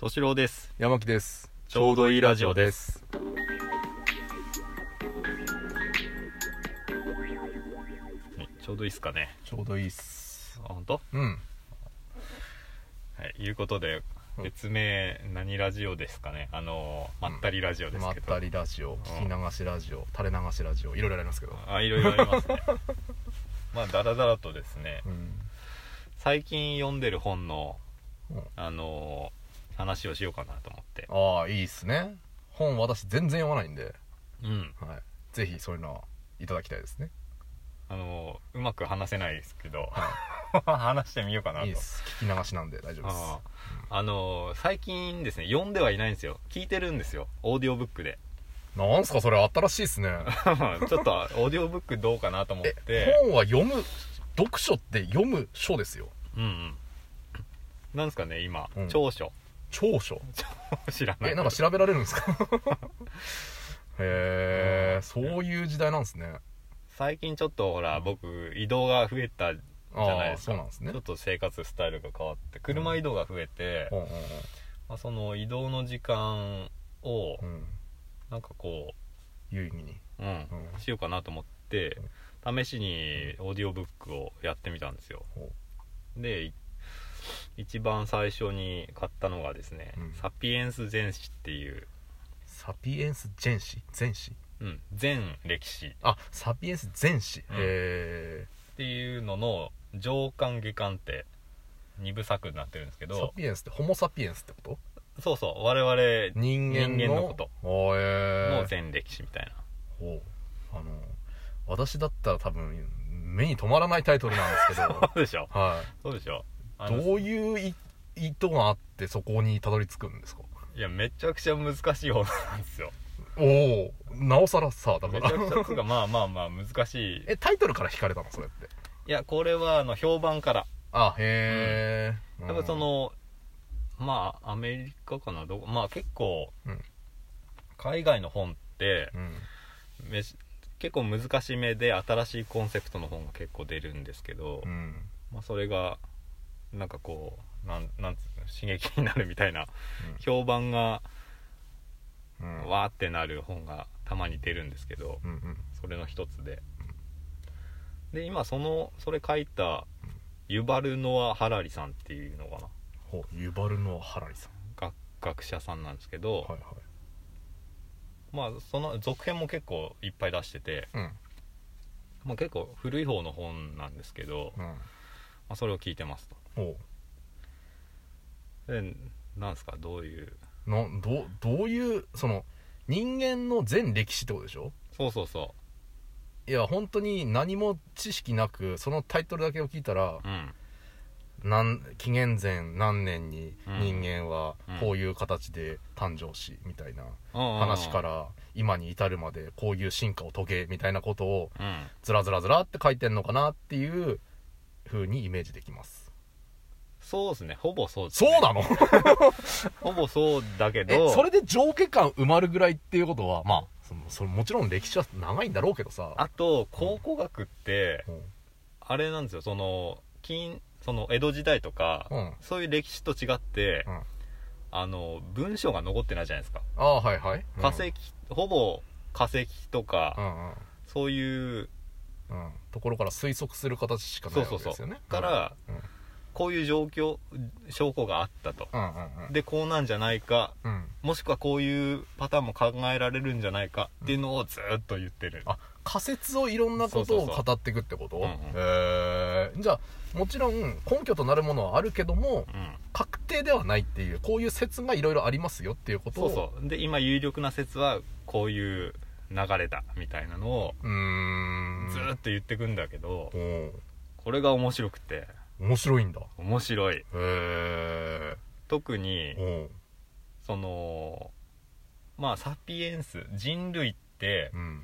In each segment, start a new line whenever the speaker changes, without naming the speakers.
敏郎です
山木です
ちょうどいいラジオですちょうどいいっすかね
ちょうどいいっす
あ本当？
うん
はいいうことで
うん
別名何ラジオですかねあのまったりラジオです
まっ
けど、
たりラジオ聞き流しラジオ垂れ流しラジオいろいろありますけど
あいろいろありますね まあダラダラとですね
うん
最近読んでる本の
うん
あの話をしようかなと思って
ああいいっすね本私全然読まないんで、
うん
はい、ぜひそういうのはいただきたいですね
あのうまく話せないですけど 話してみようかなと
いいっす聞き流しなんで大丈夫です
あーあのー最近ですね読んではいないんですよ聞いてるんですよオーディオブックで
なんすかそれ新しいっすね
ちょっとオーディオブックどうかなと思っ
え
て
本は読む読書って読む書ですよ
うんうんなんですかね今、
うん
長所
長所
知らない
えなんか調べられるんですかへえそういう時代なんですね
最近ちょっとほら僕移動が増えたじゃない
あ
で
あ
す
そ
か
うなんですね
ちょっと生活スタイルが変わって車移動が増えて、
うんうん
まあ、その移動の時間を
うんうん
なんかこ
有意義に
う、うん
うん
しようかなと思って試しにオーディオブックをやってみたんですよ
ほ
でい一番最初に買ったのがですね「
うん
サピエンス全史」っていう、
サピエンス全史全史
うん、全歴史っ
あサピエンス全史、
うん
へえ
ていうのの上巻下巻って2部作になってるんですけ
サ
ど
ピエンスってホモ・サピエンスってこと
そうそう我々
人間の
人間のこと
おーえ
の
ー
全歴史みたいな、
おうあの私だったら多分目に留まらないタイトルなんで すけど
そうでしょ
は
そうでしょあ
い
の
どういうい意図があってそこにたどり着くんですか
いやめちゃくちゃ難しい本なんです よ
おおなおさらさだか
めちゃ
ら
くちゃつうかまあまあまあ難しい
えタイトルから引かれたのそれって
いやこれはあの評判から
あへえ、
やっぱそのまあアメリカかなどこまあ結構、
うん
海外の本って
うん、
めし結構難しめで新しいコンセプトの本が結構出るんですけど、
うん
まあ、それがなんかこうなんなんつうの刺激になるみたいな 評判が
うんうん
わーってなる本がたまに出るんですけど
うんうん
それの一つでで今そのそれ書いたユバルノア・ハラリさんっていうのかな
ほうユバルノア・ハラリさん
学学者さんなんですけど、
はいはい
まあその続編も結構いっぱい出してて、
うん
まあ、結構古い方の本なんですけど、ま
うん
あ、それを聞いてます
ほ
とでなんですかどういう
うなどうどういうその人間の全歴史ってことでしょ
そうそうそ
いや本当に何も知識なくそのタイトルだけを聞いたら
ううん
なん紀元前何年に
うん
人間は
うん
こういう形で誕生しみたいな話
話
か、ら今に至るまでこういう進化を遂げみたいなことを
うん、
ずらずらずらって書いてんのかなっていう風にイメージできます
そうですねほぼそうです、
そう
ね、
なの
ほぼそうだけ
え
ど
それで上下感埋まるぐらいっていうことはまあそのそれもちろん歴史は長いんだろうけどさ
あと考古学って
うん
あれなんですよその金その江戸時代とか、
うん
そういう歴史と違って、
うん
あの文章が残ってないじゃないですか
ああはいはい
化石、ほぼ化石とか、
うんうん
そういう
うん、うん、ところから推測する形しかない
そうそ
わ
う
け
そ
で
う
すよね
から、
うんうん
こういう状況証拠があったと
うんうん
でこうなんじゃないか
うんうん
もしくはこういうパターンも考えられるんじゃないかっていうのをずーっと言ってる、
あ仮説をいろんなこと
そう
を
そうそう
語っていくってこと
うんうん
えーじゃあもちろん根拠となるものはあるけども
うん、
確定ではないっていうこういう説がいろいろありますよっていうこと
そ
を
うそうで今有力な説はこういう流れだみたいなのを
うーん
ずーっと言ってくんだけど、
おう
これが面白くて
面白いんだ
面白い
へ
特に
えおう
そのまあサピエンス人類って
うん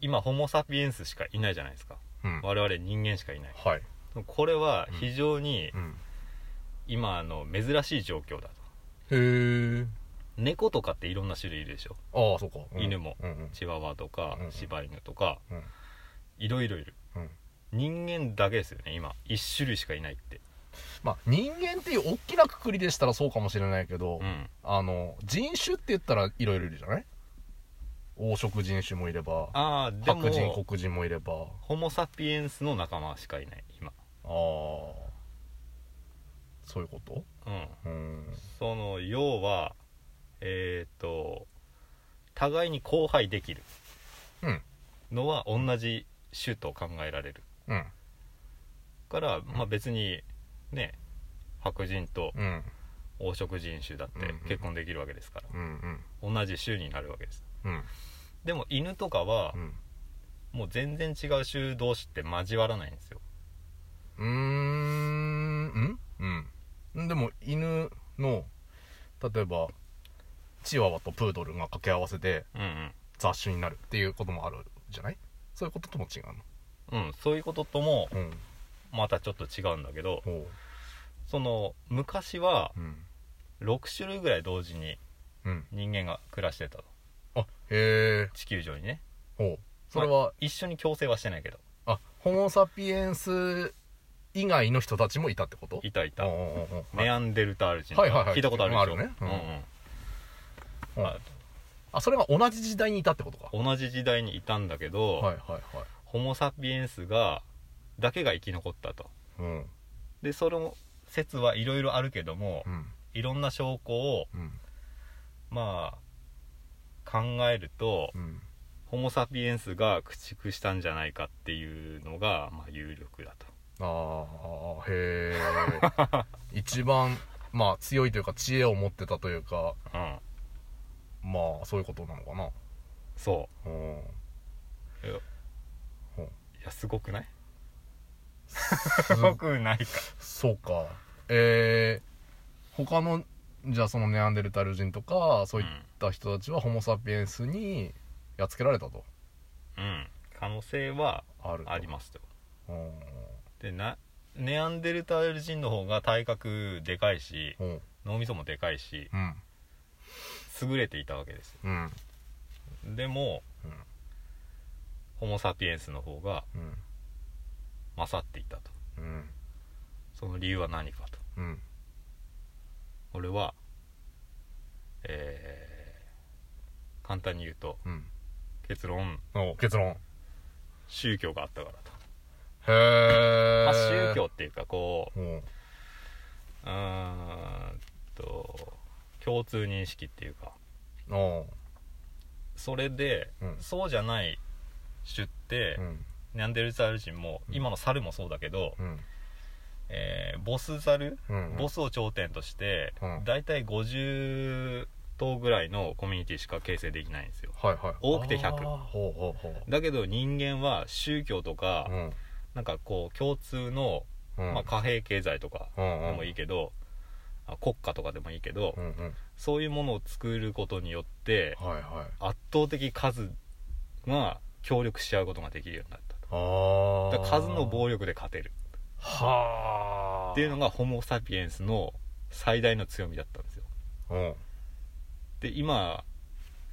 今ホモ・サピエンスしかいないじゃないですか
うん
我々人間しかいない
はい
これは非常に
うん
今あの珍しい状況だと
へえ
猫とかっていろんな種類いるでしょ
ああそうかうん
犬も
うんうん
チワワとか
うん
柴犬とか
うん
いろいろいる
うん
人間だけですよね今一種類しかいないって
まあ、人間っていう大きなくくりでしたらそうかもしれないけど、
うん
あの人種って言ったらいろいろいるじゃない黄色人種もいれば
ああでも
白人黒人もいれば
ホモ・サピエンスの仲間しかいない今
ああーそういうこと
うん
うん
その要はえっ、と互いに交配できる
うん
のは同じ種と考えられる
うん
から、まあ、別にね白人と
うん
黄色人種だって結婚できるわけですから、
うんうん
同じ種になるわけです
うん
でも犬とかは
うん
もう全然違う種同士って交わらないんですよ
うーんうんうんでも犬の例えばチワワとプードルが掛け合わせで
うん
雑種になるっていうこともあるじゃないそういうこととも違う
うん、うん、そういうこととも
のうん
またちょっと違うんだけど
ほ
その昔は
ううん
6種類ぐらい同時に
うん
人間が暮らしてたと
あへえ
地球上にね
ほうそれは、
一緒に共生はしてないけど
あホモ・サピエンス以外の人たちもいたってこと
いたいた
おうおうおう
ネアンデルタール人とか
はいはいはい
聞いたことあるでしょ
あるねうん
うんうんあ
あそれが同じ時代にいたってことか
同じ時代にいたんだけど、
はいはいはい
ホモ・サピエンスがだけが生き残ったと
うん
でその説はいろいろあるけども
うん
いろんな証拠を
うん
まあ考えると
うん
ホモ・サピエンスが駆逐したんじゃないかっていうのが、まあ、有力だと
ああへ え一番まあ強いというか知恵を持ってたというか
うん
まあそういうことなのかな
そ
うん
ういや
ほう
いやすごく ないす ごくないか
そうかえー、他のじゃあそのネアンデルタール人とかそういった人たちはホモ・サピエンスにやっつけられたと
うん可能性は
ある
あり
す
ますと
うん
でなネアンデルタール人の方が体格でかいし
うん
脳みそもでかいし
うん
優れていたわけですよ
うん
でも
うん
ホモ・サピエンスの方が
うん
勝っていたと
うん
その理由は何かと
うん
俺はえー簡単に言うと
うん
結論
お結論へ
宗教があったからと、
え
まあ、宗教っていうかこ
うんうん
ううーんと共通認識っていうかそれで、
うん
そうじゃない種って、
うん
ネアンデルタール人も
うん
今の猿もそうだけど、
うん
えーボス猿、
うん
ボスを頂点として、
うん
大体50頭ぐらいのコミュニティしか形成できないんですよ
はいはい
多くて100
あーほうほうほう
だけど人間は宗教とか、
うん
なんかこう共通の、
うん
まあ、貨幣経済とか
うん
でもいいけど、あ国家とかでもいいけど、
うんうん
そういうものを作ることによって
はいはい
圧倒的数が協力し合うことができるようになった
あー
だから数の暴力で勝てる
はあ
っていうのがホモ・サピエンスの最大の強みだったんですよ
うん
で今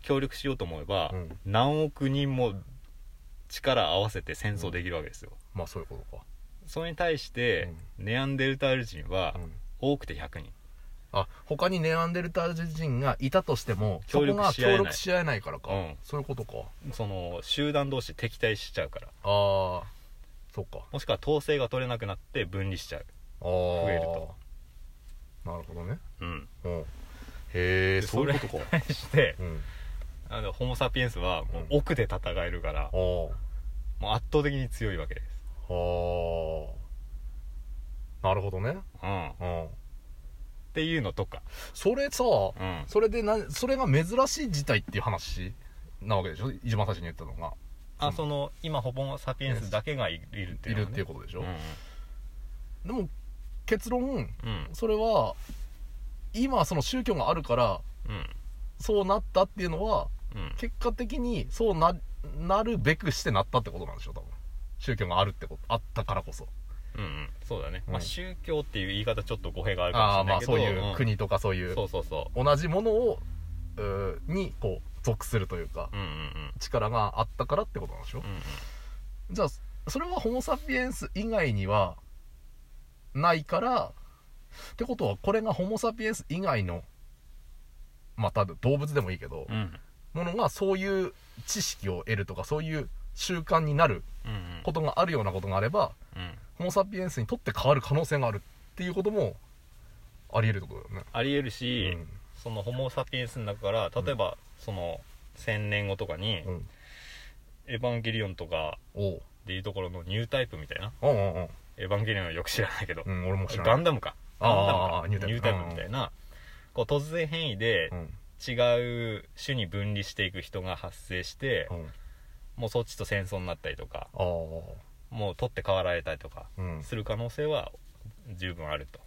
協力しようと思えば、
うん
何億人も力合わせて戦争できるわけですよ、
まあそういうことか
それに対して、ネアンデルタール人は
うん
多くて100人
あ他にネアンデルタール人がいたとしてもそ
協
こ
力
が
し合えない
協力し合えないからか、
うん
そういうことか
その集団同士敵対しちゃうから
ああそっか
もしくは統制が取れなくなって分離しちゃう
あ増
えると
なるほどね
うん
うんへえ
で
そういうことか
それに対して
うん
あのホモ・サピエンスはもう奥で戦えるから
あ、ー
もう圧倒的に強いわけです
あーなるほどね
うんっ
うん
ていうのとか
それさ
うん
それでなそれが珍しい事態っていう話なわけでしょ一番最初に言ったのが
あその今ホモ・サピエンスだけがいいるってい
い
の
うる
は
っ
ね
ていうことでしょ、
うん
でも結論
うん
それは今その宗教があるから
うん
そうなったっていうのは
うん
結果的にそうななるべくしてなったってことなんでしょ多分宗教があるってことあったからこそ
うんうんそうだね、
うん
まあ宗教っていう言い方ちょっと語弊がある
あ
か
あー
もしれな
ま
い
あ
けど
そうい
ん
う国とかそういう
そうそうそ
同じものをうーにこう属するというか
ううんうん
力があったからってことなんでし
う
ょ、
んうんうん
じゃあそれはホモ・サピエンス以外にはないからってことはこれがホモ・サピエンス以外のまあただ動物でもいいけど、
うん
ものがそういう知識を得るとかそういう習慣になる
うんうん
ことがあるようなことがあれば
うん
ホモ・サピエンスにとって変わる可能性があるっていうこともあり得るってことだよね。
ありえるし、
うん
そのホモ・サピエンスの中から例えば、その1000年後とかに、
うん、
エヴァンゲリオン」とか
おう
でいうところのニュータイプみたいな
うんうんうん
「エヴァンゲリオン」はよく知らないけど、
うん俺も知ら
ガ
ない
ンダムか
あ
ガ
ー
ンダムかニ
ニュ
ュ
ータイプ
ータイプみたいな、こう突然変異で
うん
違う種に分離していく人が発生して、
うん
もうそっちと戦争になったりとか
あー
もう取って代わられたりとか
うん
する可能性は十分あると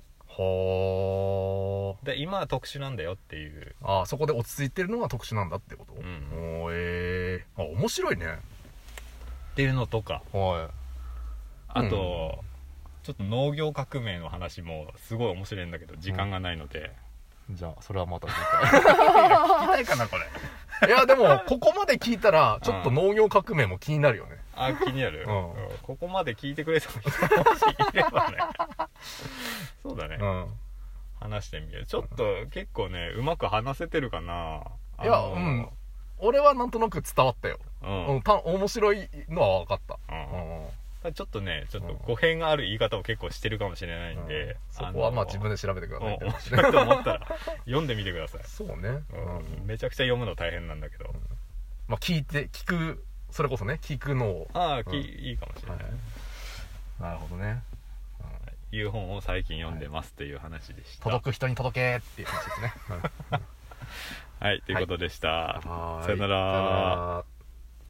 は
で今は特殊なんだよっていう
ああーそこで落ち着いてるのが特殊なんだってこと、
うん
おーえー、あ面白いね
っていうのとか
は
あと、ちょっと農業革命の話もすごい面白いんだけど時間がないので、
いじゃあそれはまた聞き たいかなこれいやでもここまで聞いたらちょっと農業革命も気になるよね、
あ気になる、
うん
うんここまで聞いてくれた人もしいればねそうだね、
うん
話してみるちょっと結構ねうまく話せてるかない
いやうん俺はなんとなく伝わったよ、
うん、
うん、た面白いのは分かった、
うん
うん
ただちょっとねちょっと語弊がある言い方を結構してるかもしれないんで、
そこはま
の
あ自分で調べてくださいって
うん面
話ね
白いと思ったら読んでみてください、
そうね、う
うん
ん
めちゃくちゃ読むの大変なんだけど、
まあ、聞いて聞くそれこそね聞くのを
ああ、き
うん
いいかもしれない、
なるほどね
いう本を最近読んでますっていう話でした
届く人に届けっていう話ですね
はいということでした、
はーい
さよなら
さよなら